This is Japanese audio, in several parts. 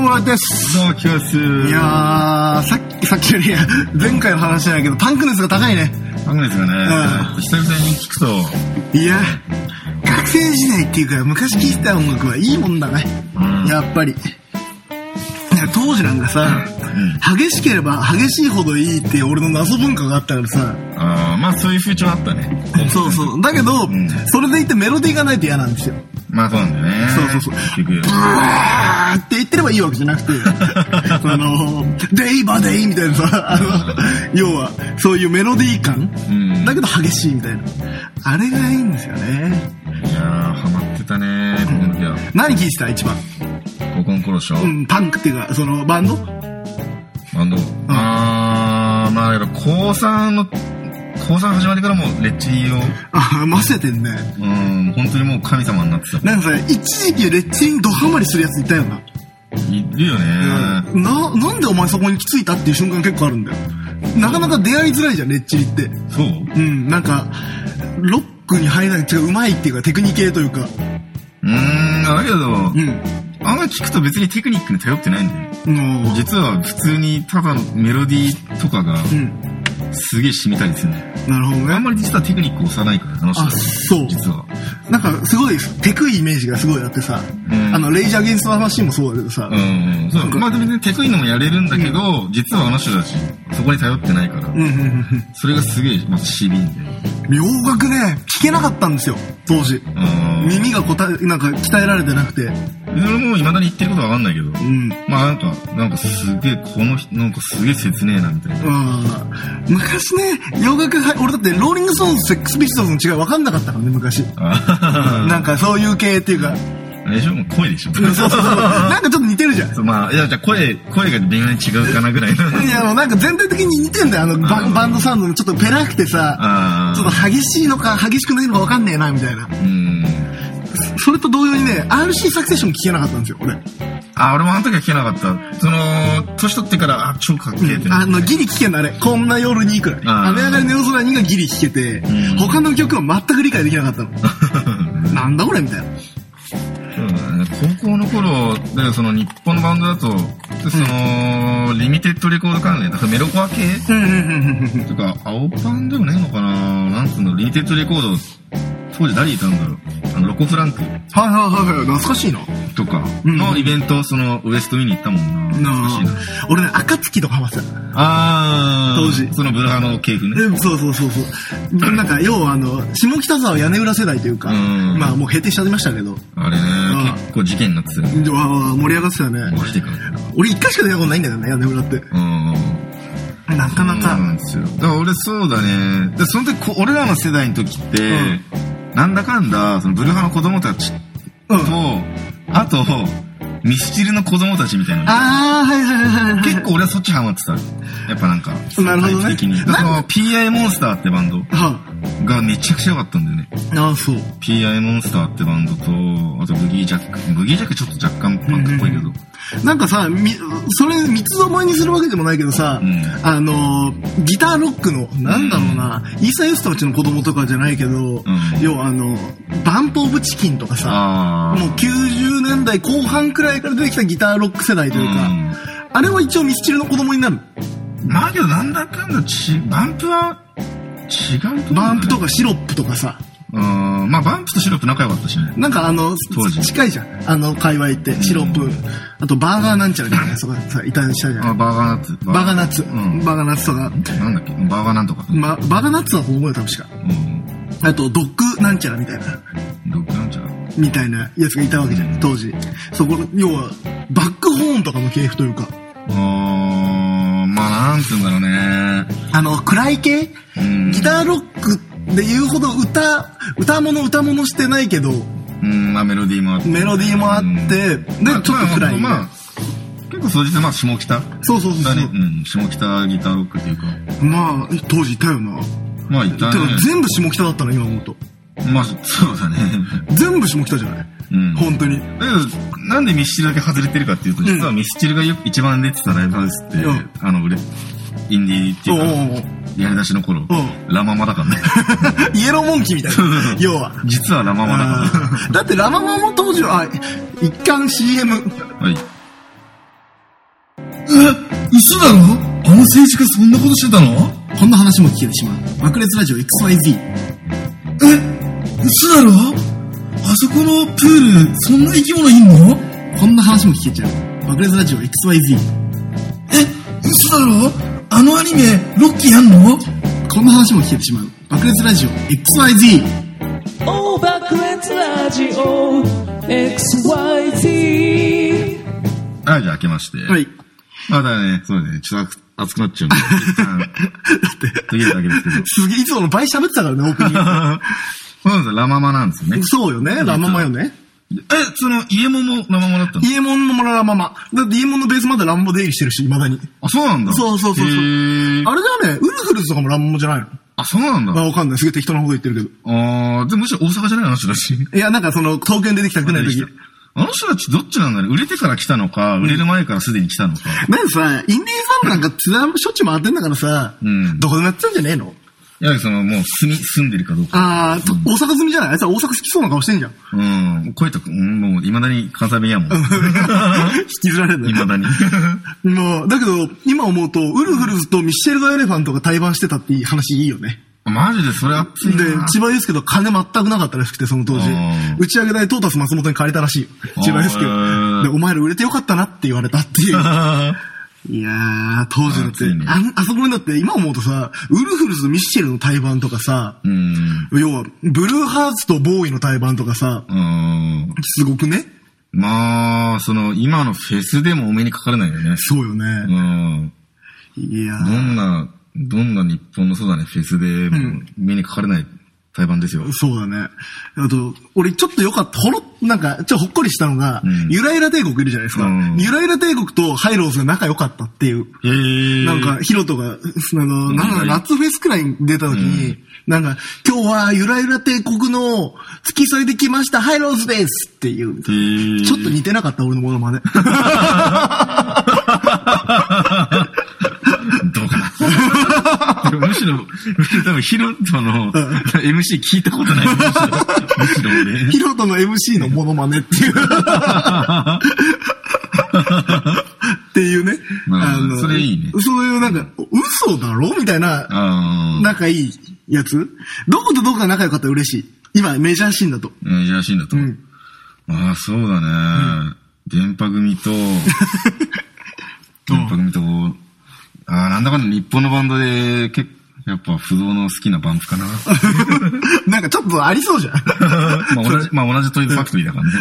村です。どうきますいやー、さっき、さっきより、前回の話じゃないけど、パンク熱が高いね。なんですがね、う久々に聞くと、いや、学生時代っていうか、昔聴いてた音楽はいいもんだね。うんやっぱり。いや当時なんかさ、激しければ激しいほどいいっていう俺の謎文化があったからさ、あーまあそういう風潮あったね。そうそう。だけど、んそれでいてメロディーがないと嫌なんですよ。まあそうなんだよね。そうそうそう結局。ブワーって言ってればいいわけじゃなく て、あの、デイバデイみたいなさ、あの、要は、そういうメロディー感、うんだけど激しいみたいな。あれがいいんですよね。いやー、ハマってたね、この時は。何聴いてた一番。高校の頃でしょ、うん、パンクっていうか、その、バンドバンド。あー、まあだけど、高3の、高3始まってからもう、レッチリを、あ、混ぜてんね。うん、本当にもう神様になってた。なんかさ、一時期レッチリにドハマりするやついたよな。いるよね。な、なんでお前そこにきついたっていう瞬間結構あるんだよ。なかなか出会いづらいじゃん、レッチリって。そううん、なんか、ロックに入らない、違う、うまいっていうか、テクニ系というか。うーん、だけど、うん。あんま聞くと別にテクニックに頼ってないんだよね。もう、実は普通にただのメロディーとかがうん。すげえ染みたりするね。なるほどあんね。まり実はテクニックを押さないから、楽しあ、い。そう。実は。なんか、すごい、テクいイメージがすごいあってさ、んあの、レイジャーゲンスの話もそうだけどさう、ん、うん。そう。まあ別にテクニックもやれるんだけど、実はあの人たち、そこに頼ってないからう。ん、うん、うん。それがすげえ、まずしびんで。洋楽ね、聞けなかったんですよ、当時。うん。耳がこた、なんか鍛えられてなくて。俺も未だに言ってることはわかんないけど。うん。まあなんか、なんかすげえ、この人、なんかすげえ切ねえな、みたいな。あー昔ね、洋楽は、俺だって、ローリングストーンズ、セックスピストルズの違い分かんなかったからね、昔。あなんか、そういう系っていうか、あれでしょもう声でしょうんそうそうそう。なんかちょっと似てるじゃん。 そうまあ、いや、じゃあ声、声が微妙に違うかなぐらいの。いや、もうなんか全体的に似てんだよ、あの、ババンドサウンドのちょっとペラくてさ、ああ。ちょっと激しいのか激しくないのか分かんねえな、みたいな。うん。それと同様にね、RC サクセッションも聞けなかったんですよ、俺。あ、俺もあの時は聞けなかった。その、年取ってから、あ、超かっけえってなあって。の、ギリ聞けんの、あれ。こんな夜にいくらい。あー雨上がりの夜空にがギリ聞けて、ん他の曲は全く理解できなかったの。なんだこれみたいな。そうだね高校の頃、だからその日本のバンドだと、その、リミテッドレコード関連、だからメロコア系うんうんうんうんうん。とか、青パンでもないのかななんつうの、リミテッドレコード、当時誰いたんだろうあの、ロコ・フランクはいはいはいはい、懐かしいな。とかうんのイベント、その、ウエスト見に行ったもんな。懐かしいな。俺ね、暁とかハマってた。あー、当時そのブルハの系譜ね。うんそうそうそうそう。なんか、要はあの、下北沢屋根裏世代というか、うんまあもう閉店しちゃいましたけど、あれね、結構事件になってたよね。うわーわー盛り上がってたよね。マジでか。俺一回しか出たことないんだよね、屋根裏って。うん。なかなそうなか。んですよ。だから俺そうだね。で、その時こ、俺らの世代の時って、うんなんだかんだ、そのブルハの子供たちうと、ん。あと、ミスチルの子供たちみたいな。あー、はいはいはいはい。結構俺はそっちハマってた。やっぱなんか、なるほどねタイプ的に。そなんの PI モンスターってバンドはがめちゃくちゃ良かったんだよね。あ、あそう。 PI モンスターってバンドと、あとブギージャック。ブギージャックちょっと若干パンクっぽいけど。なんかさ、み、それ、三つどもえにするわけでもないけどさ、うんあのー、ギターロックの、なんだろうな、イーサイウストたちの子供とかじゃないけど、要はあの、バンプオブチキンとかさ、ああ。もう90年代後半くらいから出てきたギターロック世代というか、うんあれは一応ミスチルの子供になる。まあけどなんだかんだち、バンプは違うと思うんだよねバンプとかシロップとかさ、うーんまあ、バンプとシロップ仲良かったしね。なんかあの当、時近いじゃん。あの、界隈って、シロップうん、あとバーガーなんちゃらみたいな、そこさ、いたりしたじゃん。あ、バーガーナッツ。バーガーナッツ。うん。バーガーナッツとか、なんだっけバーガーなんとか。ま、バーガーナッツはここだよ、確か。うん。あと、ドッグなんちゃらみたいな、どっかなんちゃら。みたいなやつがいたわけじゃん、当時。そこの、要は、バックホーンとかの系譜というか、あー、まあ、なんつうんだろうね。あの、暗い系うん。ギターロックで言うほど歌、歌物歌物してないけど、うん、まあ、メロディーもあって。メロディーもあって、うんで、ちょっと暗い、ねまあまあ、結構総じて、まあ、下北だそうそうそうそう。ね。うん、下北ギターロックっていうか。まあ、当時いたよな。まあ、いたてかね。全部下北だったの、今思うと。まあ、そうだね。 全部下北じゃないうん。本当に。だけど、なんでミスチルだけ外れてるかっていうと、実はミスチルがよく一番出てたライブハウスって、うんあの、俺、インディーっておういおううか、おうやり出しの頃、んラママだからね。 イエローモンキーみたいな。要は。実はラママだかだってラママも当時は、あ一貫 CM。ら。はい。嘘だろあの政治家そんなことしてたのこんな話も聞けてしまう。爆裂ラジオ XYZ。え嘘だろあそこのプール、そんな生き物いんのこんな話も聞けちゃう。爆裂ラジオ XYZ。え嘘だろあのアニメ、ロッキーやんのこんな話も聞けてしまう。爆裂ラジオ XYZ。 Oh, backlit radio, XYZ. はい、じゃあ開けまして。はい。まだね、そうですね、ちょっと熱くなっちゃうんで、一旦、途切れただけですけど。すげえ、いつもの倍喋ってたからね、オープニング。そうなんですよ、ラママなんですよね。そうよね、ラママよね。え、その、家ももラママだったのイエモンのもラママ。だってイエモンのベースまでランボ出入りしてるし、未だに。あ、そうなんだ。そうそうそうそうへーあれだよね、ウルフルズとかもランボじゃないのあ、そうなんまだ。あ、わかんない。すげえ適当なこと言ってるけど。あー、でもむしろ大阪じゃないあの人たち。いや、なんかその、東京に出てきたくない時。あの人たちどっちなんだろう売れてから来たのか、売れる前からすでに来たのか。なんかさ、インディーズバンドなんかツアーもしょっちゅう回ってんだからさ、うんどこでもやってたんじゃねえのやはりその、もう住み、住んでるかどうか。あー、と大阪住みじゃないあいつは大阪好きそうな顔してん じゃん。うん。声とか、うん、もう、未だに関西弁や もん。引きずられるんだ未よ。だに。もう、だけど、今思うと、ウルフルズとミシェル・ザ・エレファントが対バンしてたっていい話いいよね。マジでそれ熱でいな。、千葉祐介と金全くなかったらしくて、その当時あー。打ち上げ台トータス松本に借りたらしいよ。あー千葉祐介をで、お前ら売れてよかったなって言われたっていう。いやー、当時だって、あーついにあんあそこにだって、今思うとさ、ウルフルズとミッシェルの対バンとかさ、 うん。要は、ブルーハーツとボーイの対バンとかさ、うん。すごくねまあ、その、今のフェスでもお目にかかれないよね。そうようね。ん。いやどー、んな、どんな日本のそうだね、フェスでもん目にかかれない対バンですよ。そうだね。あと、俺ちょっとよかった、ほろ、なんか、ちょっとほっこりしたのが、んゆらゆら帝国いるじゃないですか。うんゆらゆら帝国とハイローズが仲良かったっていう。へえなんか、、ヒロトが、あの、んなんか、夏フェスくらいに出た時に、なんか、今日はゆらゆら帝国の付き添いで来ました、ハイローズですっていう。へーちょっと似てなかった、俺のものまね。どうかな。 でもむしろ、むしろ多分ヒロトの MC 聞いたことない。むしろ む ヒしロトの MC のモノマネって いう。っていうね。なるほどそれいいねそういうなんか、嘘だろみたいな、 俺。あ仲いいやつ。どことどこが仲良かったら嬉しい。今、メジャーシーンだ と。あ、珍しいんだと思う。うんああ、そうだね。電波組と、電波 組と、ああ、なんだかんだ日本のバンドで、結構、やっぱ不動の好きなバンプか な。なんかちょっとありそうじゃん。まあ同じ、まあ同じトイズファクトリーだからね。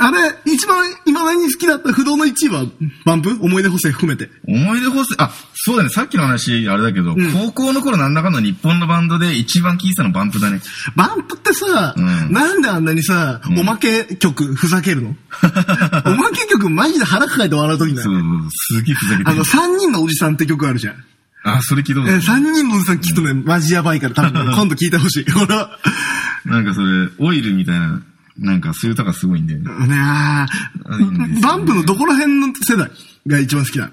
あれ、一番、今何に好きだった不動の1位は、バンプ思い出補正含めて。思い出補正、あ、そうだね、さっきの話、あれだけど、ん高校の頃なんだかんだ日本のバンドで一番聴いてたのバンプだね。バンプってさ、うんなんであんなにさ、おまけ曲ふざける のおまけ曲マジで腹抱えて笑うときだそよう。すげえふざけてあるの、。三人のおじさんって曲あるじゃん。あ、それ聞いたことえないー、三人のおじさんきっとね、マジやばいから多分ね、今度聞いてほしい。俺は、なんかそれ、オイルみたいな、なんかそういう歌がすごいんだよね。ねああいいんですよねバンプのどこら辺の世代が一番好きだ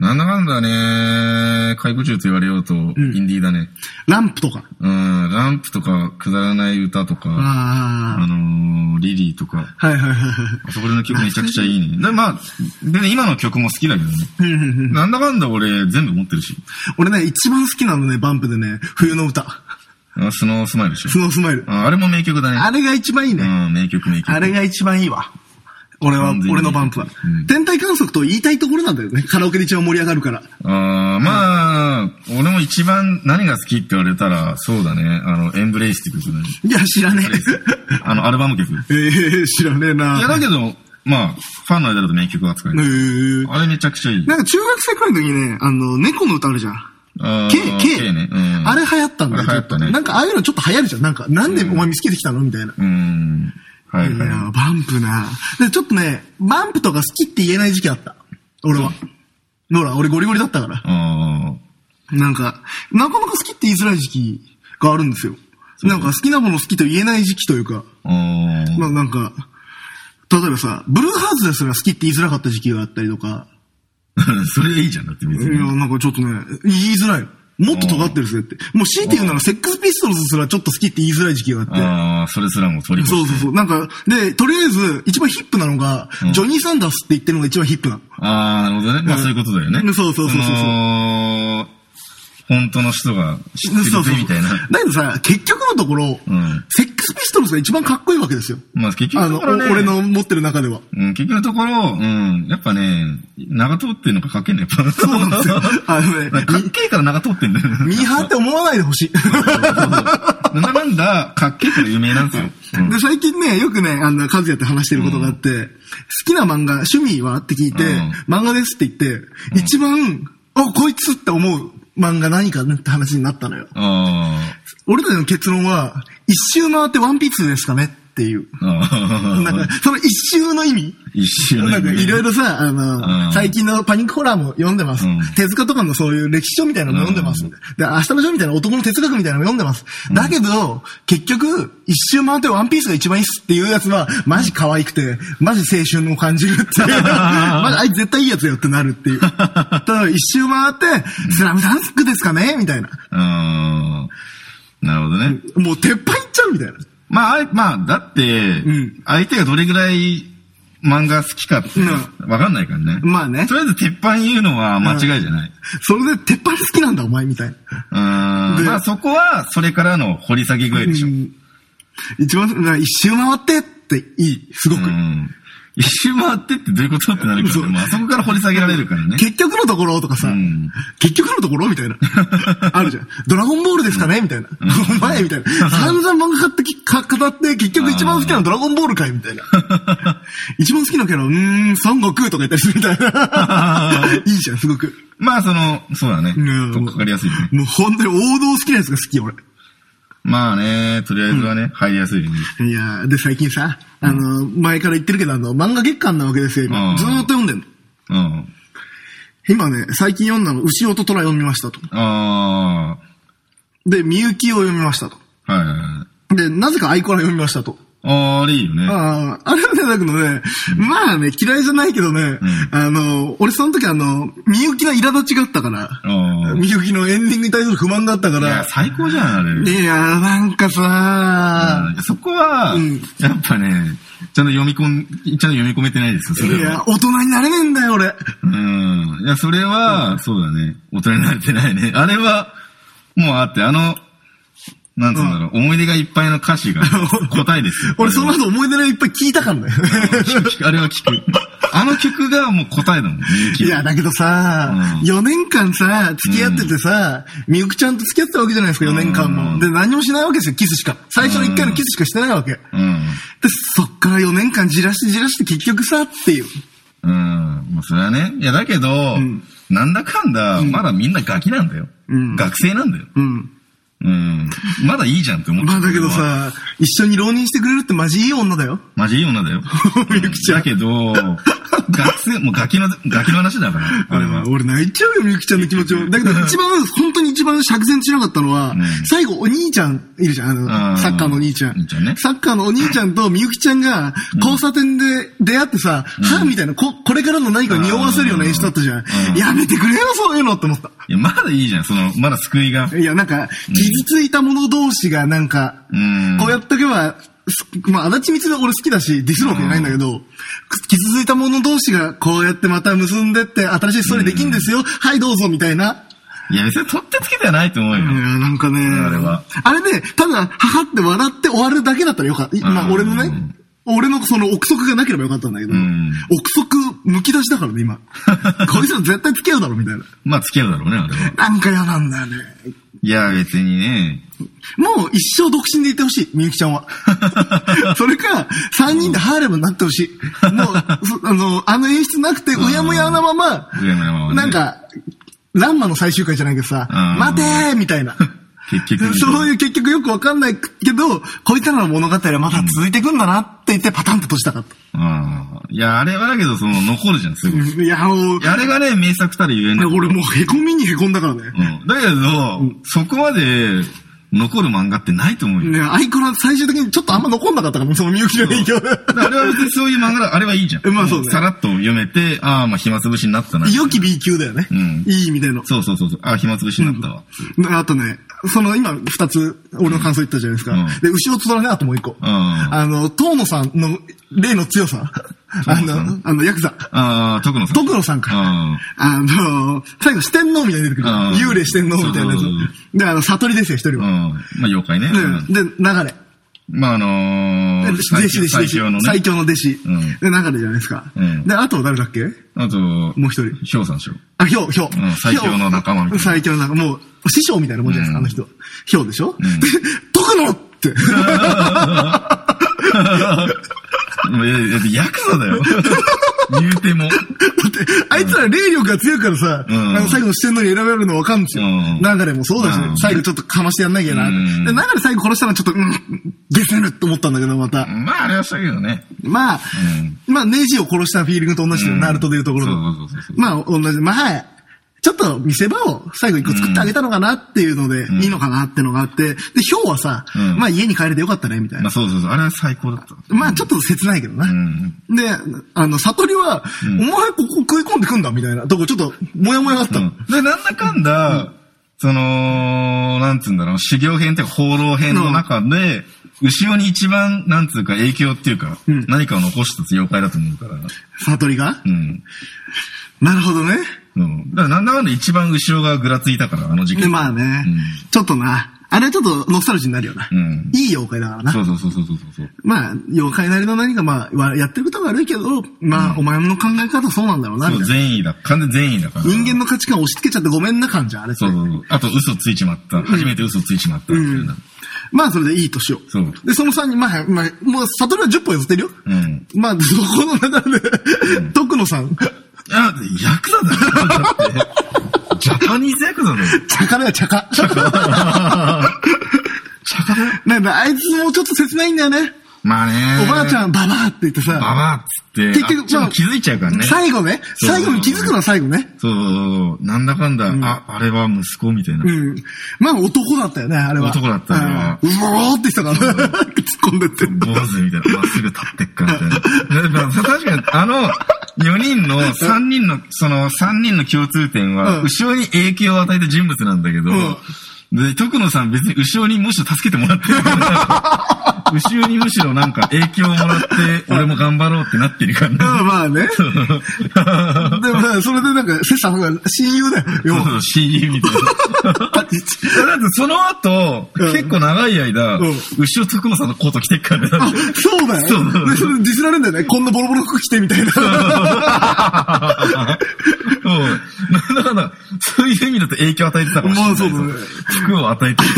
なんだかんだね、解雇中と言われようと、インディーだね。ランプとか。うん、ランプとか、くだらない歌とか、ああのー、リリーとか、あ。はいはいはいはい。あそこらの曲めちゃくちゃいいね。で、まあ、でね、今の曲も好きだけどね。なんだかんだ俺、全部持ってるし。俺ね、一番好きなのね、バンプでね、冬の歌。あスノースマイルでしょス。ノースマイル。ああれも名曲だね。あれが一番いいね。うん、名曲、名曲。あれが一番いいわ。俺は完全、に俺のバンプはうん。天体観測と言いたいところなんだよね。カラオケで一番盛り上がるから。あーまあ、俺も一番何が好きって言われたら、そうだね。あの、エンブレイスって曲だね。いや、知らねあの、アルバム曲。い え。えー、知らねえな。や、だけど、まあ、ファンの間だと名曲扱い。えーあれめちゃくちゃいい。なんか中学生くらいの時ね、あの、猫の歌あるじゃん。あー K、K。 K ね。うん。あれ流行ったんだあよ、れ流行ったねちょとなんかああいうのちょっと流行るじゃん。なんか、なんでお前見つけてきたのみたいな。うん。はいいやーはバンプなで、ちょっとね、バンプとか好きって言えない時期あった。俺は。ほら、俺ゴリゴリだったからい。。あなんか、なかなか好きって言いづらい時期があるんですよ。うなんか好きなもの好きと言えない時期というか、あ。あまあ。あなんか、例えばさ、ブルーハーツですら好きって言いづらかった時期があったりとか、 それいいじゃん、だって別いや、に。なんかちょっとね、言いづらいの。もっと尖ってるっすねって。もう強いて言うなら、セックスピストルズすらちょっと好きって言いづらい時期があって。ああ、それすらも取り越そしうてそうそう。なんか、で、とりあえず、一番ヒップなのが、うんジョニー・サンダースって言ってるのが一番ヒップなの。ああ、なるほどね。まあそういうことだよね。うんそうそうそうそうそうの本当の人が知っそうてそうるそぜうみたいな。だけどさ、結局のところ、うんセックスピストルズが一番かっこいいわけですよ。まあ結 局あのの、ところね、お俺の持ってる中では。 うん、結局のところ、うん、やっぱね、長通ってんのかかっけんのやっぱ。そうなんです よあのねかっけえから長通ってんだよね。ミーハーって思わないでほしい。なんだかんだ、かっけえから有名なんですよ。うんで、最近ね、よくね、あの、和也と話してることがあって、好きな漫画、趣味はって聞いて、うん漫画ですって言って、一番、あ、こいつって思う漫画何かねって話になったのよ。あ俺たちの結論は、一周回ってワンピースですかねっていう。ーあなんー。か、その一周の意味 一周のなんかいろいろ。ろさ、あの、うん最近のパニックホラーも読んでます、うん手塚とかのそういう歴史書みたいなのも読んでます、うんで、明日の書みたいな男の哲学みたいなのも読んでます。だけど、結局、一周回ってワンピースが一番いいっすっていうやつは、マジ可愛くて、マジ青春を感じるっていう。 マジあいつ絶対いいやつよってなるっていう。ただ、一周回って、スラムダンスクですかねみたいな。あーなるほどね。もう鉄板いっちゃうみたいな。まあ、あいまあ、だって、ん相手がどれぐらい漫画好きかって、わかんないからね。まあねとりあえず鉄板言うのは間違いじゃない。それで鉄板好きなんだ、お前みたいな。うーん。でまあ、そこは、それからの掘り下げ具合でしょ。ううん一番、な一周回ってっていい、すごく。ん。一周回ってってどういうことってなるからそうね。まあ、そこから掘り下げられるからね。結局のところとかさ、ん結局のところみ たいな。あるじゃん。ドラゴンボールですかね、みたいな。お前みたいな。散々漫画買ってきか語って、結局一番好きなのドラゴンボールかいみたいな。一番好きなキャラ、うーん、孫悟空とか言ったりするみたいな。 いいじゃん、すごく。まあ、その、そうだね。うんとっかかりやすいね。もう本当に王道好きなやつが好き、俺。まあね、とりあえずはね、入りやすいように。いやーで、最近さ、あの、前から言ってるけど、あの、漫画月間なわけですよ、う今。んずーっと読んでんの。うん。今ね、最近読んだの、牛音虎読みましたと。あで、みゆきを読みましたと。あ、はいはいはい。で、なぜかアイコラ読みましたと。ああ、あれいいよね。ああ、あれはね、だけどね、まあね、嫌いじゃないけどね、あの、俺その時あの、みゆきの苛立ちがあったから、ああ。みゆきのエンディングに対する不満があったかいや、ら、最高じゃん、あれ。いや、なんかさ、そこは、うんやっぱね、ちゃんと読み込ん、ちゃんと読み込めてないですよ、そいれやは。、大人になれねえんだよ、俺。うん。いや、それは、そうだね。大人になれてないね。あれは、もうあって、あの、なんつうんだろう、思い出がいっぱいの歌 詞が答えですよ。俺そのあれ後思い出のいっぱい聞いたから ね。は聞くあれは聞 く。あの曲がもう答えだもん、ね、いや、だけどさ、うん4年間さ、付き合っててさ、みゆきちゃんと付き合ってたわけじゃないですか、4年間うも。んで、何もしないわけですよ、キスしか。最初の1回のキスしかしてないわけ。で、うん。そっから4年間じらしてじらして結局さ、っていう。うん。まあ、それはね。いや、だけど、んなんだかんだ、まだみんなガキなんだよ。うん学生なんだよ。うん。うん。まだいいじゃんって思っちまゃあう。だけどさ、一緒に浪人してくれるってマジいい女だよ。マジいい女だよ。 みゆきちゃんだけど、学生、もうガキの、ガキの話だから、あれは。俺泣いちゃうよ、みゆきちゃんの気持ちを。だけど一番、本当に一番釈然しなかったのは、ん最後お兄ちゃんいるじゃん、あの、うんサッカーのお兄ちゃん兄ちゃんね。サッカーのお兄ちゃんとみゆきちゃんが交差点で出会ってさ、はぁみたいな、こ、これからの何かを匂わせるような演出だったじゃん。うんやめてくれよ、そういうのって思った。いや、まだいいじゃん、その、まだ救いが。いや、なんか、傷ついた者同士がなんか、うん。こうやっとけば、すまあ、足立光で俺好きだし、ディスるわけじゃないんだけど、傷ついた者同士がこうやってまた結んでって、新しいストーリーできんですよ、はいどうぞ、みたいな。いや、別に取ってつけてはないと思うよ。いや、なんかね、あれはあれね、ただ、母って笑って終わるだけだったらよかった。いまあ、うん俺のね、俺のその憶測がなければよかったんだけど、うん憶測むき出しだからね、今。こいつら絶対付き合うだろ、みたいな。まあ、付き合うだろうね、あれは。なんか嫌なんだよね。いや、別にね。もう一生独身でいてほしい、みゆきちゃ んは。それか、三人でハーレムになってほしい。もう、そあの、あの演出なくて、うやむやなまま、うやむやなままねなんか、ランマの最終回じゃないけどさ、うん待てーみたいな。 結局そういう結局よくわかんないけど、こいつらの物語はまだ続いていくんだなって言ってパタンと閉じたかった。ああ。いや、あれはだけど、その、残るじゃん、すごい。いいや、もう、やあれがね、名作たるゆえんだけど俺もうへこみにへこんだからね。うん。だけど、そこまで、残る漫画ってないと思うよ。ね、アイコラ最終的にちょっとあんま残んなかったから、そのみゆきの影響で。だからあれは別にそういう漫画だ、あれはいいじゃん。まあそうねさらっと読めて、ああ、まあ暇つぶしになった な。良き B 級だよね。うんいい意味での。そうそうそうそう。ああ、暇つぶしになったわ。あとね、その今二つ俺の感想言ったじゃないですか。うんで、後ろつらね、あともう一個。あの、遠野さんの例の強さ。あ遠野さんの、あの、ヤクザ。ああ、徳野さん。徳野さんか。ああの、最後四天王みたいに出てくる。うん幽霊四天王みたいなやそうそうつ。で、あの、悟りですよ、一人あ、うんは。。まあ妖怪ね。うんで、で流れ。まああのー、弟子、弟子、最弟子強のね。。最強の弟子。うんで、流れじゃないですか。うんで、あと誰だっけあと、ももう一人ひょうさんでしょ。あ、ひょう、ひょう。ん最強の仲間みたいな最強の仲間。もう、師匠みたいなもんじゃないですか、あの人。ひょうでしょ、で、徳野って。いやいやヤクザだ よ。言うても。だって、 あいつら霊力が強いからさ、うんあの最後の四天王に選べるの分かんですよ。うん流れもそうだし、ねうん最後ちょっとかましてやんなきゃな。うんで、流れ最後殺したらちょっと、うん、ゲスると思ったんだけど、また。まああれはしたけどね。まあ、まあ、ネジを殺したフィーリングと同じだよ、うんナルトでいうところの。そうそうそうそうまあ、同じ。まあ、ちょっと見せ場を最後一個作ってあげたのかなっていうので、いいのかなってのがあって、で、ヒョウはさ、うんまあ家に帰れてよかったね、みたいまあな。そうそうそう。あれは最高だった。まあちょっと切ないけどな。うん。で、あの、悟りは、お前ここ食い込んでくんだみたいなとこちょっと、もやもやがあったうの。んで、なんだかんだ、その、なんつうんだろう、修行編というか放浪編の中で、後ろに一番、なんつうか影響っていうか、うん何かを残した妖怪だと思うから。悟りがうん。なるほどね。うん。だからなんだかんだ一番後ろがぐらついたから、あの事で、件。まあね、うんちょっとな、あれはちょっとノスタルジーになるよな。うんいい妖怪だからな。そうそうそうそうそうそう。まあ、妖怪なりの何か、まあ、わやってることは悪いけど、まあ、お前の考え方そうなんだろうな、みそう、たいな。善意だ。完全善意だから。人間の価値観を押し付けちゃってごめんな感じ、あれってそうそうそう。あと嘘ついちまった。初めて嘘ついちまった。みたいな。まあ、それでいい年を。そうで、その3人、まあ、まあ、もう、悟りは10歩譲ってるよ。うん。まあ、そこの中で、徳野さん、あ、ヤクザ だよ。だってジャパニーズヤクザだよ。茶化だよ、茶化。茶化なんだ、あいつもちょっと切ないんだよね。まあね。おばあちん。ゃん、ババアって言って さ。ババアっつって。結結局局、まあ気づいちゃうからね。最後ね。そう最後に気づくのは最後ね。そうそうそうそう。なんだかんだ、あ、あれは息子みたいな。うん。まあ男だったよね、あれは。男だったよねうんうおーって人が突っ込んでって。坊主みたいな。まっすぐ立ってっからみたいな。だから確かに、あの、4人の、3人の、その、3人の共通点は、うん後ろに影響を与えた人物なんだけど、で、徳野さん別に後ろにむしろ助けてもらってるから、後ろにむしろなんか影響をもらって、俺も頑張ろうってなってるからね。まあまあね。でもさそれでなんか、セッサが親友だよ。そう要はそう、CU みたいな。だってその後、うん結構長い間、うん後ろ徳野さんのコート着てっからね。あ、そうだそよ。うで、それディスられるんだよね。こんなボロボロの服着てみたいな。うん。なんだかんだ、そういう意味だと影響を与えてたかもしれない。まあそうだね服を与えてる。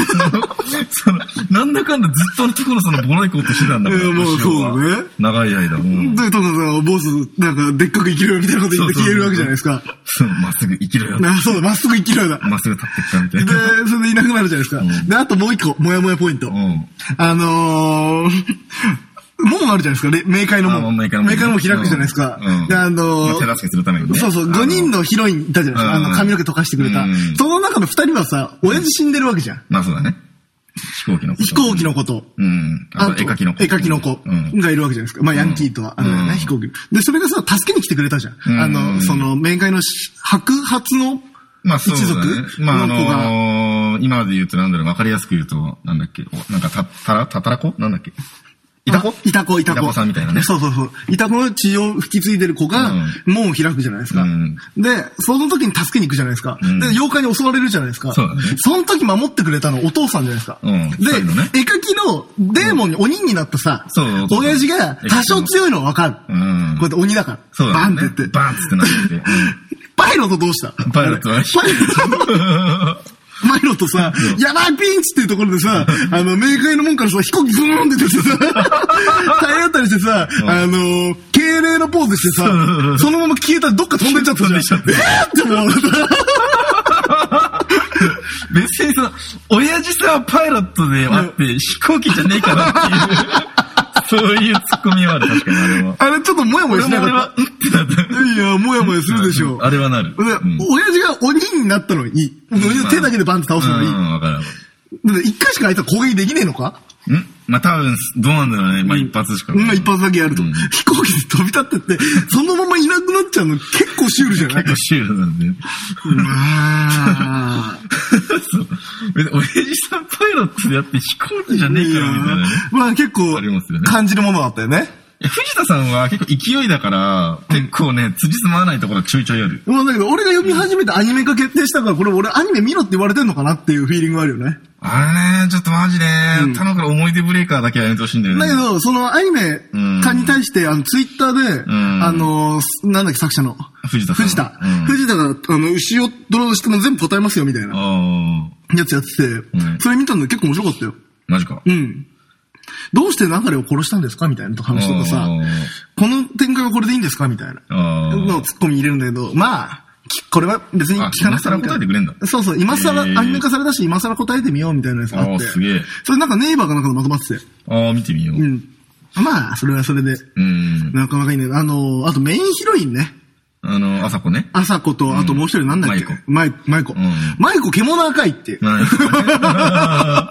その、なんだかんだずっとあの所のそのボロいことしてたんだから。いやまあ後ろはそうだね長い間、もう。で、トムさんはボス、なんか、でっかく生きるよみたいなこと言って消えるわけじゃないですか。そうまっすぐ生きろよ。なそうだ、まっすぐ生きるよだ。まっすぐ立ってきたみたいで、な。それでいなくなるじゃないですか。んで、あともう一個、もやもやポイント。うん。あのー、門あるじゃないですか、れ明快のあまあ門。明明快快のの門門開くじゃないですかうん。で、あのまあ手助けするためにねそうそう、5人のヒロインいたじゃないですか。あうんの、髪の毛溶かしてくれたうん。その中の2人はさ、親父死んでるわけじゃん。まあそうだね。飛行機のこと。飛行機のこと。うん。あと、絵描きの子。絵描きの子うん。がいるわけじゃないですか。まあ、ヤンキーとは、あれだようんね、飛行機。で、それがさ、助けに来てくれたじゃん。んあの、その、面会のし白髪のまあ一そうだ族ね。まああの子が、のー、今まで言うとなんだろう、わかりやすく言うと、なんだっけ、おなんかた、たら、たたらこなんだっけ。いたこあいたこ、いたこ。いたこさんみたいなね。そうそうそう。いたこの血を吹き継いでる子がうん、門を開くじゃないですか。うんで、その時に助けに行くじゃないですか。んで、妖怪に襲われるじゃないですか。そうだねその時守ってくれたのお父さんじゃないですか。うんで最後ね、絵描きのデーモンに鬼になったさそうそう、そう親父が多少強いのはわかる。うんこうやって鬼だから。そうバだンね。って言って。バンっつってなってて。パイロットどうしたうんパイロットあはれ パイロットマイロとさ、やばいピンチっていうところでさ、あの、明快の門からさ、飛行機ブーンって出てさ、 体当たりしてさ、んあの、敬礼のポーズしてさう、んそのまま消えたらどっか飛んでっちゃったじゃん。飛んでっちえーゃってって思う。 別にさ、親父さんはパイロットであって、飛行機じゃねえかなって いう、そういうツッコミはある、確かにあれは。あれちょっともやもやしな俺かはっ、うんってなった。た。いや、もやもやするでしょ。あれはなる。でうん親父が鬼になったのに、手だけでバンって倒すのにうん、わかるわかる。だって一回しかあいつは攻撃できねえのかんまあ、多分、どうなんだろうね。まあ、一発しか。うん、一発だけやると。うん飛行機で飛び立ってって、そのままいなくなっちゃうの結構シュールじゃない結構シュールなんで。 まあ。そう。別に、親父さんパイロットでやって飛行機じゃねえから、みたいなね。まあ結構ありますよね感じるものだったよね。いや藤田さんは結構勢いだから、結構ね、辻褄合わないところがちょいちょいある。まあだけど俺が読み始めてアニメ化決定したから、これ俺アニメ見ろって言われてんのかなっていうフィーリングがあるよね。あれね、ちょっとマジで、ん頼むから思い出ブレーカーだけはやめてほしいんだよだね。けど、そのアニメ化に対して、あの、ツイッターで、んあの、すなんだっけ、作者の。藤田さん。藤田うん。藤田が、あの、牛を泥をしても全部答えますよ、みたいなあやつやってんて、それ見たの結構面白かったよ。あ、マジか。うん。どうして流れを殺したんですかみたいな話とかさうん、この展開はこれでいいんですかみたいな。ああ。のツッコミ入れるんだけど、まあ、きこれは別に聞かなくあ今更答えてくれんだそうそう、今更、へーアニメ化されたし、今更答えてみようみたいなやつがああっあ、て。すげえ。それなんかネイバーかなんかのまとまってて。ああ、見てみよう。う。うんまあ、それはそれで、ん。なかなかいいんだけど、あの、あとメインヒロインね。あの、あさこね。あさこと、あともう一人なんだっけ、マイコ。マイコ。んマイコ、獣赤いっていう。な るほどね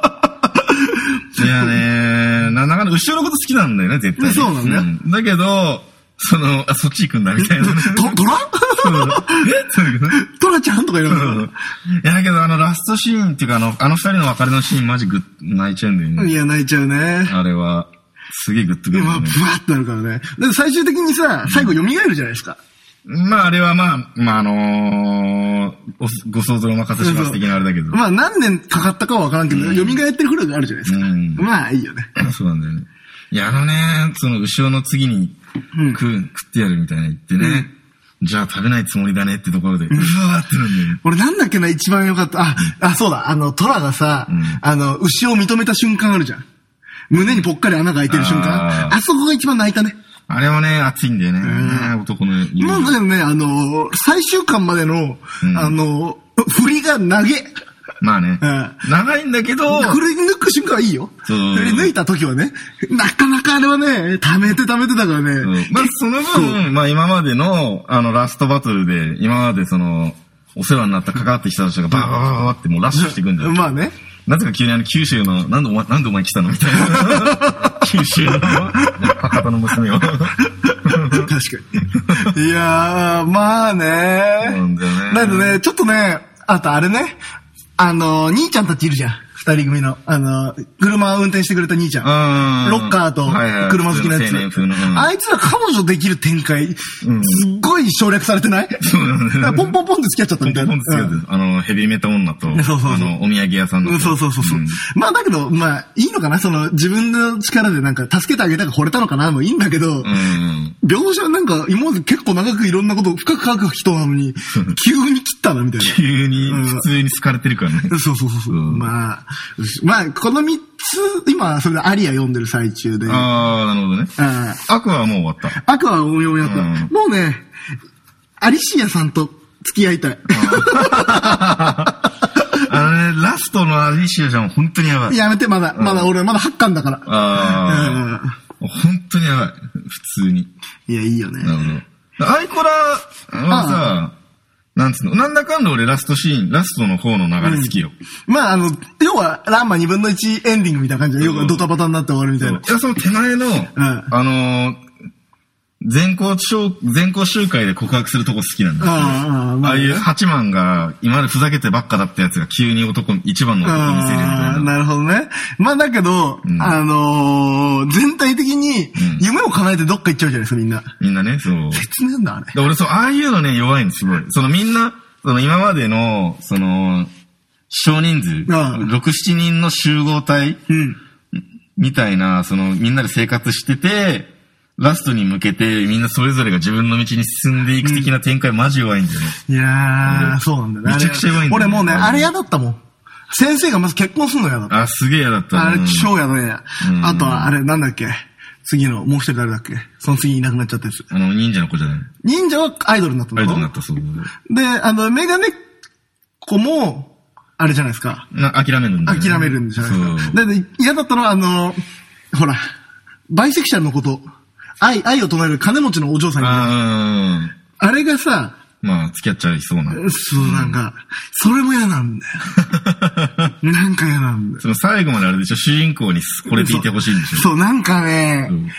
いやねな、なかなか後ろのこと好きなんだよね、絶対に。そうなんだよんだけど、その、あ、そっち行くんだ、みたいな。と、トラ えそういうことトラちゃんとかいるそうそうそういや、だけどあのラストシーンっていうかあの、あの二人の別れのシーンマジグッ、泣いちゃうんだよね。いや、泣いちゃうね。あれは、すげえグッとくでるまあ、よブね。ワーってなるからね。で、最終的にさ、最後蘇るじゃないですか。まああれはまあ、まああのーおご想像お任せします的なあれだけど。まあ、何年かかったかは分からんけど、蘇ってる頃があるじゃないですか。うんまあ、いいよね。そうなんだよね。いや、あのね、その後ろの次にうん食う、食ってやるみたいな言ってね、じゃあ食べないつもりだねってところで、うわーってなんだよね。俺なんだっけな、一番良かった。あ、あ、そうだ、あの、トラがさ、んあの、牛を認めた瞬間あるじゃん。胸にぽっかり穴が開いてる瞬間。ああーそこが一番泣いたね。あれはね、熱いんだよね。男の言もうだけどね、あの、最終巻までの、んあの、振りが投げ。まあね、う長いんだけど、振り抜く瞬間はいいよ。振そうり抜いた時はね、なかなかあれはね、溜めて溜めてたからね。うんまあ、その分、まあ、今までの、あの、ラストバトルで、今までその、お世話になった、関わってきた人たちがバーバーバーバーってもうラッシュしていくんだよ。まあね。なぜか急にあの、九州の、なんでお前、なんでお前来たのみたいな。九州の、博多の娘を。確かに。いやー、まあねそうなんだよねだけどね、ちょっとね、あとあれね、あの、兄ちゃんたちいるじゃん。二人組の。あの、車を運転してくれた兄ちゃん。うんロッカーとはいはい車好きなや青年つ。風のうんあいつら彼女できる展開、すっごい省略されてない、そうなんだよねだからポンポンポンって付き合っちゃったみたいな。本当ですよあの、ヘビーメタ女と、そうそうそうあの、お土産屋さんうの。んそうそうそうそう、んまあだけど、まあ、いいのかなその、自分の力でなんか、助けてあげたか惚れたのかなもういいんだけど、うん。描写なんか、今まで結構長くいろんなことを深く書く人なのに、急に切ったな、みたい な。急に、うん普通に好かれてるからね。そうそうそうそう。うんまあ、まあ、この三つ、今、それでアリア読んでる最中で、ああー、なるほどね。あアクアはもう終わった。アクアを読みやった、うんもうね、アリシアさんと付き合いたい。あのね、ラストのアリシアちゃん、本当にやば い。やめて、まだ、まだ俺、まだ8巻だから。ああ、本当にやばい。普通に。いや、いいよね。なるほど。アイコラはさ、なんつうの、なんだかんだ俺ラストシーン、ラストの方の流れ好きよ。まあ、あの、要は、ランマ2分の1エンディングみたいな感じで、要はドタバタになって終わるみたいな。いや、その手前の、あのー、全校集、全校集会で告白するとこ好きなんだ。ああ、あまああいね、う八幡が、今までふざけてばっかだったやつが急に男、一番の男見せるみたいあーな。なるほどね。まあだけど、んあのー全体的にん夢を叶えてどっか行っちゃうじゃないですか、みんな。みんなね、そう。別なんだ、あれ。で俺そう、ああいうのね、弱いの、すごい。そのみんな、その今までの、その、少人数、うん6、7人の集合体うん。みたいな、そのみんなで生活してて、ラストに向けてみんなそれぞれが自分の道に進んでいく的な展開、マジ弱いんだよね。いやうー、んそうなんだよね。あれめちゃくちゃ弱いんだよ俺もうね、うんあれ嫌だったもん。先生がまず結婚するの嫌だった。あ、すげえ嫌だった。あれうん、超嫌だね。うんあとは、あれ、なんだっけ。次の、もう一人誰だっけ。その次いなくなっちゃったやつ。あの、忍者の子じゃない。忍者はアイドルになったのアイかドルになった、そう。で、あの、メガネっ子も、あれじゃないですか。な諦めるんだよね、諦めるんじゃないですそうか。だって嫌だったのは、あの、ほら、バイセクシャルのこと、愛、愛を唱える金持ちのお嬢さんああーうんあれがさ、まあ、付き合っちゃいそうな。 そうなんか、それも嫌なんだよ。なんか嫌なんだよ。その最後まであれでしょ、主人公にこれでいてほしいんでしょ。そう、なんかねうん、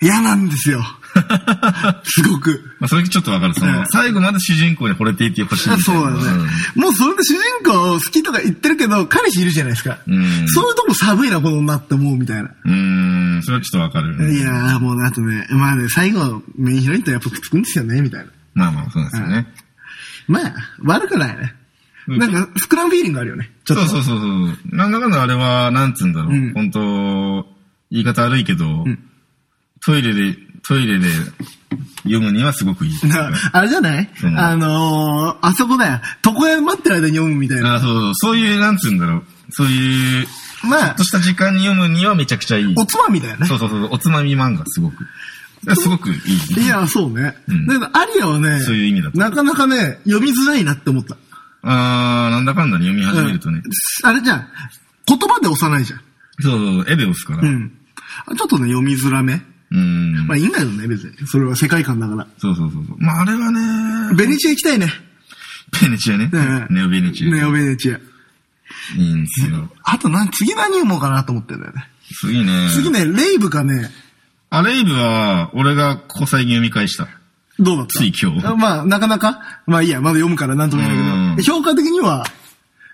嫌なんです よ。すごく。まあ、それちょっとわかる。その、最後まで主人公に惚れていてほしいみたそいうな。だね。もうそれで主人公好きとか言ってるけど、彼氏いるじゃないですか。うんそういうとこ寒いな、この女って思うみたいな。うん。うーん、それはちょっとわかるよね。いやーもうあとね、まあね、最後、メインヒロインとやっぱくっつくんですよね、みたいな。まあまあ、そうですよね。まあ、悪くないね。うんなんか、スクラムフィーリングあるよね。ちょそっと。うそうそうそう。なんだかんだあれは、なんつうんだろう。うん本当言い方悪いけど、トイレで、トイレで読むにはすごくいい。なあれじゃない、うんあのー、あそこだよ。床屋待ってる間に読むみたいな。あそうそう、そういう、なんつうんだろう。そういう、ちまあょっと、した時間に読むにはめちゃくちゃいい。おつまみだよねそ。うそうそう、おつまみ漫画、すごく。すごくいい。いや、そうね。うんだからアリアはね、そういう意味だったなかなかね、読みづらいなって思った。あー、なんだかんだ読み始めるとね。うんあれじゃん。言葉で押さないじゃん。そうそう、絵で押すから。ううん。ん。あちょっとね、読みづらめ。まあいいんだけどね、別に。それは世界観だかそうそうそうそう。まあ、あれら。はね、ベネチア行きたいね。ベネチアねうん。ネオベネチネア。オベネチア。いいんですよ。あとなん、次何読もうかなと思ってんだよね。次ね。次ね、レイブかね、あ、レイブは、俺がここ最近読み返した。どうだったつい今日あまあ、なかなか、まあいいや、まだ読むからなんとも言えないけど、評価的には、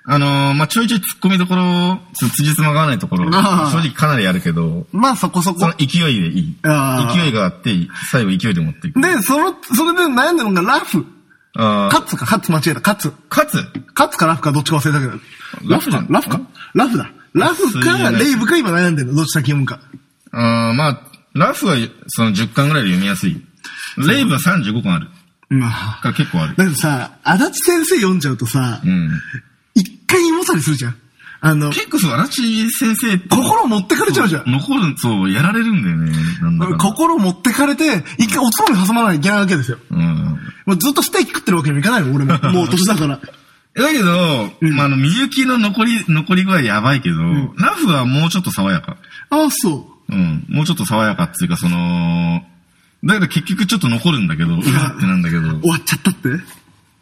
あのー、まあ、ちょいちょい突っ込みどころ、つ辻褄が合わないところ、あー正直かなりあるけど、まあそこそこその。勢いでいい。あー勢いがあって、最後勢いで持っていく。で、その、それで悩んだのがラフ。あカーッツか、カッツ間違えた、カッツ。勝つカッツかラフかどっちか忘れたけど。ララフフじゃかん、ラフか。ラフだ。ラフか、レイブか今悩んでるの。どっち先読むか。あーまあ、ラフは、その10巻ぐらいで読みやすい。レイブは35巻ある。まあ。から結構ある。だけどさ、足立先生読んじゃうとさう、ん。一回芋さりするじゃん。あの、結構そう、足立先生って心持ってかれちゃうじゃん。残る、そう、やられるんだよね。なんだかんだ。心持ってかれて、一回おつまみ挟まないといけないわけですよ。うん。もうずっとステーキ食ってるわけにもいかないの、俺 も。もう年だから。だけど、まあ、あの、みゆきの残り、残り具合やばいけど、ラフはもうちょっと爽やか。ああ、そうん。もうちょっと爽やかっていうか、その、だけど結局ちょっと残るんだけど、うわってなんだけう。ど、終わっちゃったって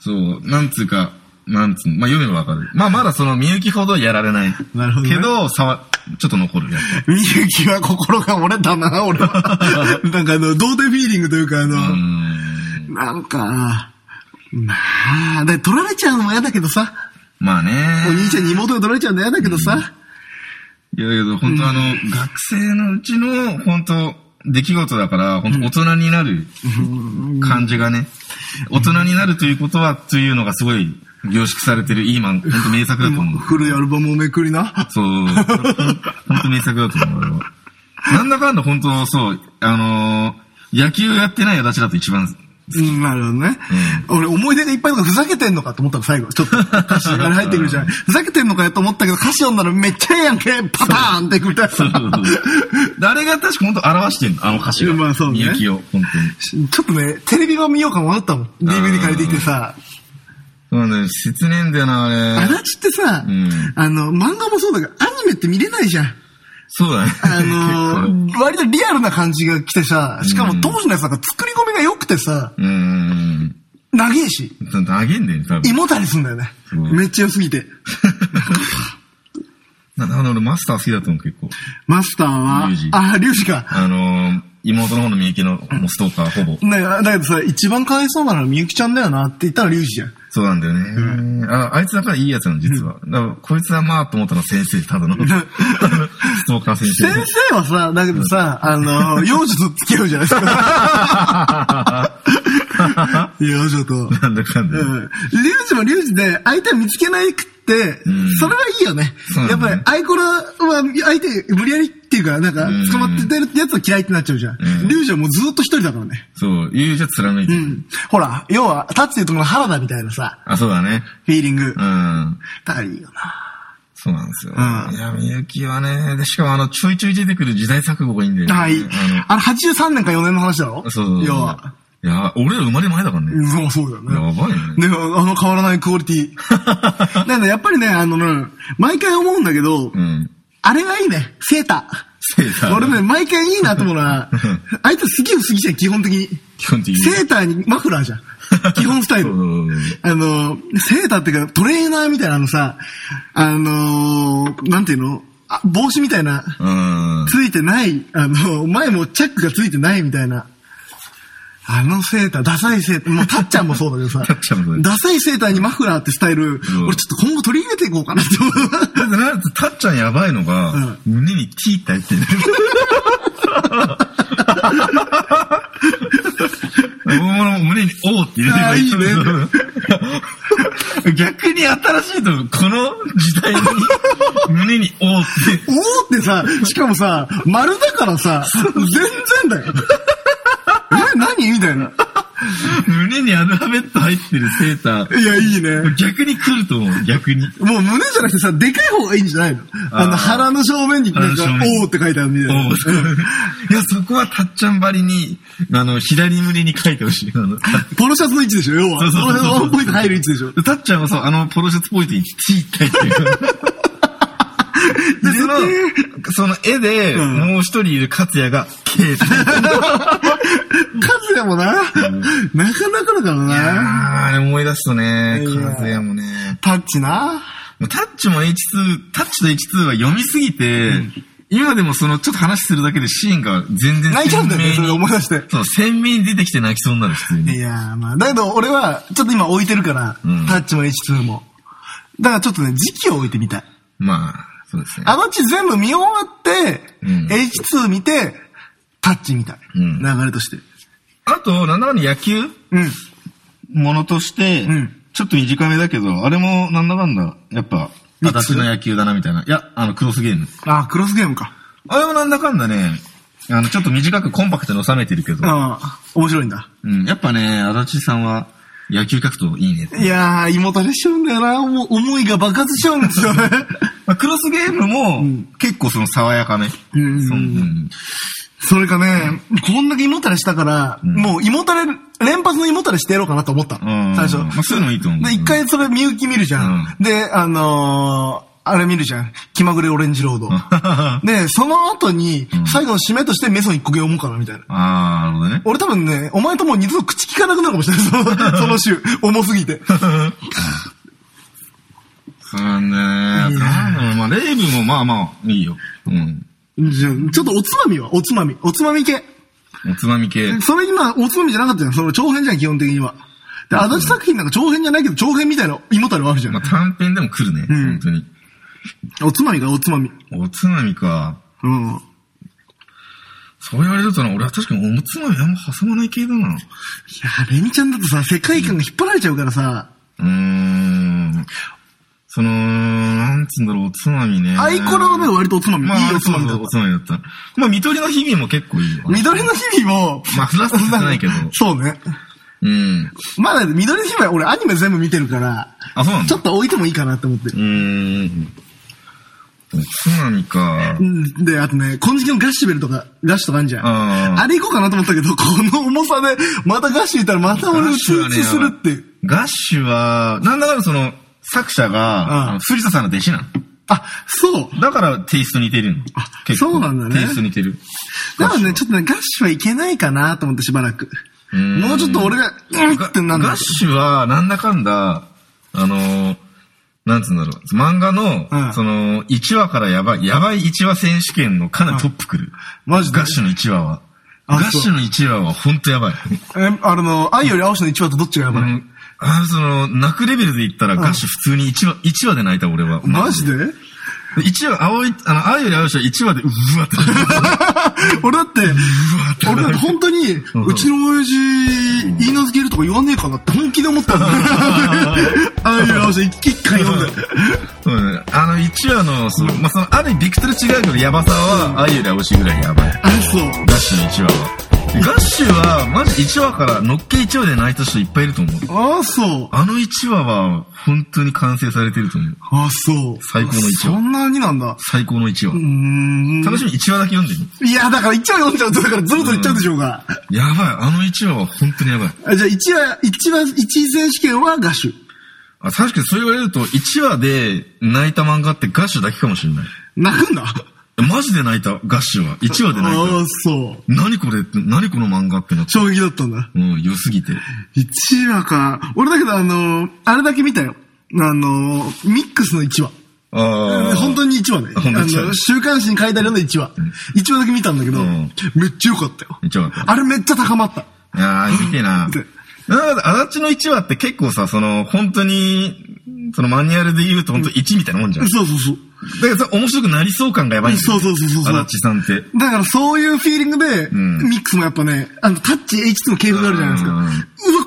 そう、なんつうか、なんつう、まあ、読めばわかる。まあ、まだその、みゆきほどやられない。なるほどねけど、さわ、ちょっと残る。やっみゆきは心が折れたな、 俺は。なんかあの、童貞フィーリングというか、あの、ぱうーん。なんか、まあ、で、取られちゃうのも嫌だけどさ、まあおね。兄ちゃんに妹が取られちゃうの嫌だけどさ、いや、だけど、本当あの、学生のうちの、本当出来事だから、本当大人になる感じがね、大人になるということは、というのがすごい凝縮されてる、いいマン、本当名作だと思う。古いアルバムをめくりな。そう。本当名作だと思う、俺は。なんだかんだ本当そう、あのー野球やってない私だと 一番、うん、なるほどね。俺、思い出がいっぱいだからふざけてんのかと思ったの、最後。ちょっ と、歌詞、あれ入ってくるじゃん。ふざけてんのかやと思ったけど、歌詞読んだらめっちゃええやんけパターンってくみたいな。誰が確か本当表してんのあの歌詞が。まあそうねみゆきを、本当に。ちょっとね、テレビ版見ようか迷ったもん。DVD 借りてきてさ。そうなんだよ、切ねえんだよな、あ足れ。立ってさ、うんあの、漫画もそうだけど、アニメって見れないじゃん。そうだね。あ 結構の ー、割とリアルな感じが来てさ、しかうもん当時のやつなんか作り込みが良くてさ、うーん。長えし、ちょっとあげんだよね、多胃分。もたれすんだよね。うんめっちゃ良すぎて。なあの、俺マスター好きだと思う、結構。マスターはリュウジ、あ、リュウジか。あのー、妹の方のみゆきの、もうストーカー、ほぼ。ねだけどさ、一番かわいそうなのはみゆきちゃんだよなって言ったらリュウジじゃん。そうなんだよね。あ、あいつだからいいやつなの、実は。だから、こいつはまあ、と思ったのは先生、ただの。ストーカー先生先。生はさ、だけどさ、あの ー、幼女と付き合うじゃないです か。 幼女と。なんだかんだ。うんリュウジもリュウジで相手を見つけないくって、んそれはいいよね。そうやだっねぱりアイコラは相手無理やりっていうか、なんかん捕まってるやつは嫌いってなっちゃうじゃん。うんリュウジはもうずっと一人だからね。そう、言うじゃ貫いてうる。ん。ほら、要は、立ついうところの原田みたいなさ、あ、そうだね。フィーリング。うん。だからいいよな。そうなんですよ。うんいや、みゆきはね、でしかもあの、ちょいちょい出てくる時代錯誤がいいんだよね。はいあ。あの、83年か4年の話だろの、そうそうそう。要は。いや、俺ら生まれ前だからね。うん、そうだよね。やばいで、ね。あの変わらないクオリテ ィ。なんで、やっぱりね、あのね、毎回思うんだけど、うん。あれがいいね。セーター。セーター。俺ね、毎 回いいなと思うのは、あいつすげえ薄着じゃん、基本的に。基本的に。セーターにマフラーじゃん。 基本スタイル。うんあの、セーターっていうか、トレーナーみたいなのさ、あのーなんていうのあ帽子みたいな、うん。ついてない、あの、前もチャックがついてないみたいな。あのセーター、ダサいセーター、もうタッちゃんもそうだけど さ、タッちゃんもそうだダサいセーターにマフラーってスタイル、ん俺ちょっと今後取り入れていこうかなって思う。だってな、たっちゃんやばいのが、うん胸に T って入ってる。僕も胸に O って入れてばいいあー逆に新しいと、この時代に、胸に O って。おーってさ、しかもさ、丸だからさ、全然だよ。え、何みたいな。胸にアルファベット入ってるセーター。いや、いいね。逆に来ると思う、逆に。もう胸じゃなくてさ、でかい方がいいんじゃないのあの、あー腹の正面になんか腹の、正面おーって書いてあるみ O たいな。いや、そこはたっちゃんばりに、あの、左胸に書いてほしい。あのポロシャツの位置でしょ、要は。そうそうそうそうワンポイント入る位置でしょ。でたっちゃんはそう、あの、ポロシャツポイントにチーって入ってる。で、その、その絵で、うんもう一人いる勝也が、K って。 カズヤもな、なかなかだからな。あーあれ思い出すとね、いや勝也もね。タッチな。もうタッチも H2、タッチと H2 は読みすぎて、今でもその、ちょっと話するだけでシーンが全然泣いちゃうんだよね、鮮そ明れに思い出して。そう、鮮明に出てきて泣きそうになる、普通いに。やー、まあ、だけど俺は、ちょっと今置いてるから、うんタッチも H2 も。だからちょっとね、時期を置いてみたい。まあ、そうですね。あのうち全部見終わって、うん H2 見て、タッチ見たい。うん流れとして。あと、なんだかんだ野球うん。ものとして、うんちょっと短めだけど、あれもなんだかんだ、やっぱ、ミックス私の野球だなみたいな。いや、あの、クロスゲーム。あー、クロスゲームか。あれもなんだかんだね、あの、ちょっと短くコンパクトに収めてるけど、あー、面白いんだ。うん、やっぱね、足立さんは野球書くとい いねっていやー、胃もたれしちゃうんだよな。もう思いが爆発しちゃうんです よね。まあ、クロスゲームも、結構その爽やかめ。んそうんそれかね、こんだけ胃もたれしたから、もう胃もたれ、連発の胃もたれしてやろうかなと思ったうの。ん最初。まあそういうのもいいと思うで、一回それ、みゆき見るじゃん。で、あのー、あれ見るじゃん。気まぐれオレンジロード。で、その後に、最後の締めとしてメソン一個読もうかな、みたいな。ああ、なるほどね。俺多分ね、お前ともう二度と口聞かなくなるかもしれない。 そのその週、重すぎて。そうだね。なんだろうまあ、レイブもまあまあ、いいよ。うん。じゃあちょっとおつまみは、おつまみ。おつまみ系。おつまみ系。それ今、おつまみじゃなかったじゃん。それ長編じゃん、基本的には。で、足立作品なんか長編じゃないけど、長編みたいな胃もたれはあるじゃんまあ、。短編でも来るね。ん本当に。おつまみがおつまみ。おつまみか。うん。そう言われるとな、俺は確かにおつまみあんま挟まない系だな。いやー、レミちゃんだとさ、世界観が引っ張られちゃうからさ、うーん。その、なんつうんだろう、おつまみね。アイコラはね、割とおつまみ。まあ、いいおつまみだそうそうっおた。つまみだった。まあ、見取りの日々も結構いいよ。緑の日々も、まあ、フラストじゃないけど。そうね。うん。まだ緑の日々は俺アニメ全部見てるから、あ、そうなんちだ。ょっと置いてもいいかなって思ってうる。ーん。おつまみか。うんで、あとね、金色のガッシュベルとか、ガッシュとかあるじゃん。うんあれ行こうかなと思ったけど、この重さで、またガッシュいたらまた俺を通知するっていう。ガッシュは、なんだかんだその、作者うんが、あの杉田さんの弟子なの。あ、そう。だからテイスト似てるの。結構そうなんだねテイスト似てる。だからね、ちょっとね、ガッシュはいけないかなと思ってしばらく。んもうちょっと俺が、うんってなんだガッシュは、なんだかんだ、あのーなんつうんだろう。漫画の、うんその、1話からやばい、やばい1話選手権のかなりトップくる。マジでガッシュの1話は。あガッシュの1話はほんとやばい。え、あの、愛より青しの一話とどっちがやばい、うんあの、その、泣くレベルで言ったら、ガッシュ普通に1話、一話で泣いた俺は。マジで一話、青い、あの、あゆより青い人は1話で、うわって。俺だって、俺だって本当に、うちの親父、言い名付けるとか言わねえかなって本気で思ったん だよ。愛より青しの一回読んで。そうだね。あの、1話の、その、まあ、その、ある意味、ビクトル違うけど、ヤバさは、あゆより青いしぐらいやばい。あ、そう。ガッシュの1話は。ガッシュは、マジ1話から、のっけ1話で泣いた人いっぱいいると思う。あ、そう。あの1話は、本当に完成されてると思う。あ、そう。最高の一話そんなになんだ。最高の1うー話。ん。楽しみ、1話だけ読んでみ。いや、だから一話読んじゃうと、だからずるずるいっちゃうでしょうが。やばい、あの1話は本当にやばい。あじゃあ一話、一話、一位選手権はガッシュ。あ、確かにそう言われると、1話で泣いた漫画ってガッシュだけかもしれない。泣くんだ。マジで泣いた、ガッシュは。1話で泣いああた。、そう。何これって、何この漫画ってなった。衝撃だったんだ。うん、良すぎて。 1話か。俺だけどあのー、あれだけ見たよ。あのー、ミックスの1話。ああ。本当に1話ね。ああ本当に一話ねの、週刊誌に書いてあるような1話。1話だけ見たんだけど、うんめっちゃ良かったよ。めっちゃ良かったあれめっちゃ高まった。ああ、見て えなで。なんか、足立の1話って結構さ、その、本当に、そのマニュアルで言うと本当1みたいなもんじゃん。だそうそうそう。けどさ、面白くなりそう感がやばいんだよねそうそうそうそう足立さんって。だからそういうフィーリングで、んミックスもやっぱね、あの、タッチ H2 の系譜があるじゃないですか。ううんわ、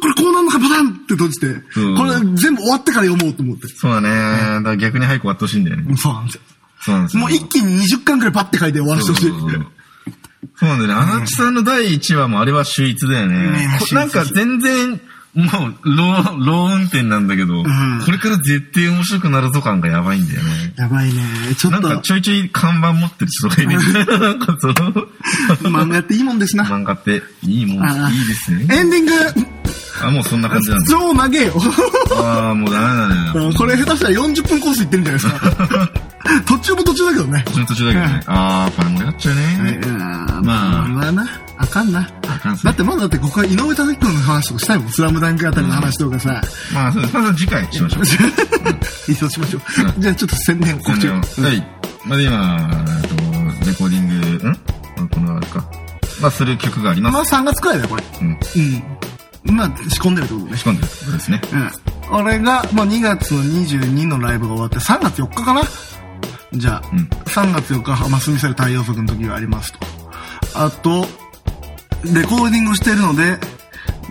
これこうなんのかパタンって閉じて、これ全部終わってから読もうと思って。そうだね。だから逆に早く終わってほしいんだよね。そうなんですよ。そうなんですよ。もう一気に20巻くらいパッて書いて終わらせそてうほしい。そうそうそうなんだよね。足立さんの第1話もあれは秀逸だよねね。こなんか全然、もう、ロー、ロー運転なんだけど、んこれから絶対面白くなるぞ感がやばいんだよね。やばいね。ちょなっんとか、ちょいちょい看板持ってる人がいる。 なんかその、漫画やっていいもんですな。漫画っていいもあん、いいですね。エンディング、あ、もうそんな感じなんだ。超投げよ。ああ、もうダメだね。これ下手したら40分コースいってるんじゃないですか。 途中も途中だけどね。途中途中だけどね。ああ、やっぱ盛り上がっちゃうね。まあ、まあまあな、あかんな。あかんっすだねってまだだってここは井上隆彦の話とかしたいもん。スラムダンクあたりの話とかさ。まあ、そうです。まあ 次回しましょう。 一緒しましょう。じゃあちょっと宣伝を告知を。はい。まあ、今、えっとレコーディング、んこのあれか。まあ、する曲がありままあす。 3月くらいだよ、これ。うん。うん。まあ仕込んでるってことね仕。込んでるってことですね。うん。俺が、まあ2月の22のライブが終わって3月4日かなじゃあ、うん3月4日、浜住セル太陽族の時がありますと。あと、レコーディングをしているので、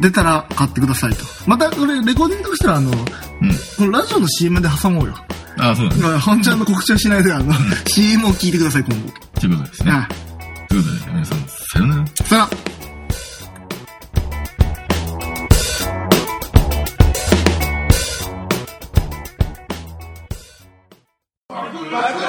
出たら買ってくださいと。また、これ、レコーディングとしては、あの、うん。このラジオの CM で挟もうよ。ああ、そうだね。本ちゃんの告知はしないで、あの、CM を聞いてください、今後。ということですね。はい。ということで、皆さん、さよなら。さよなら爆裂ラジオ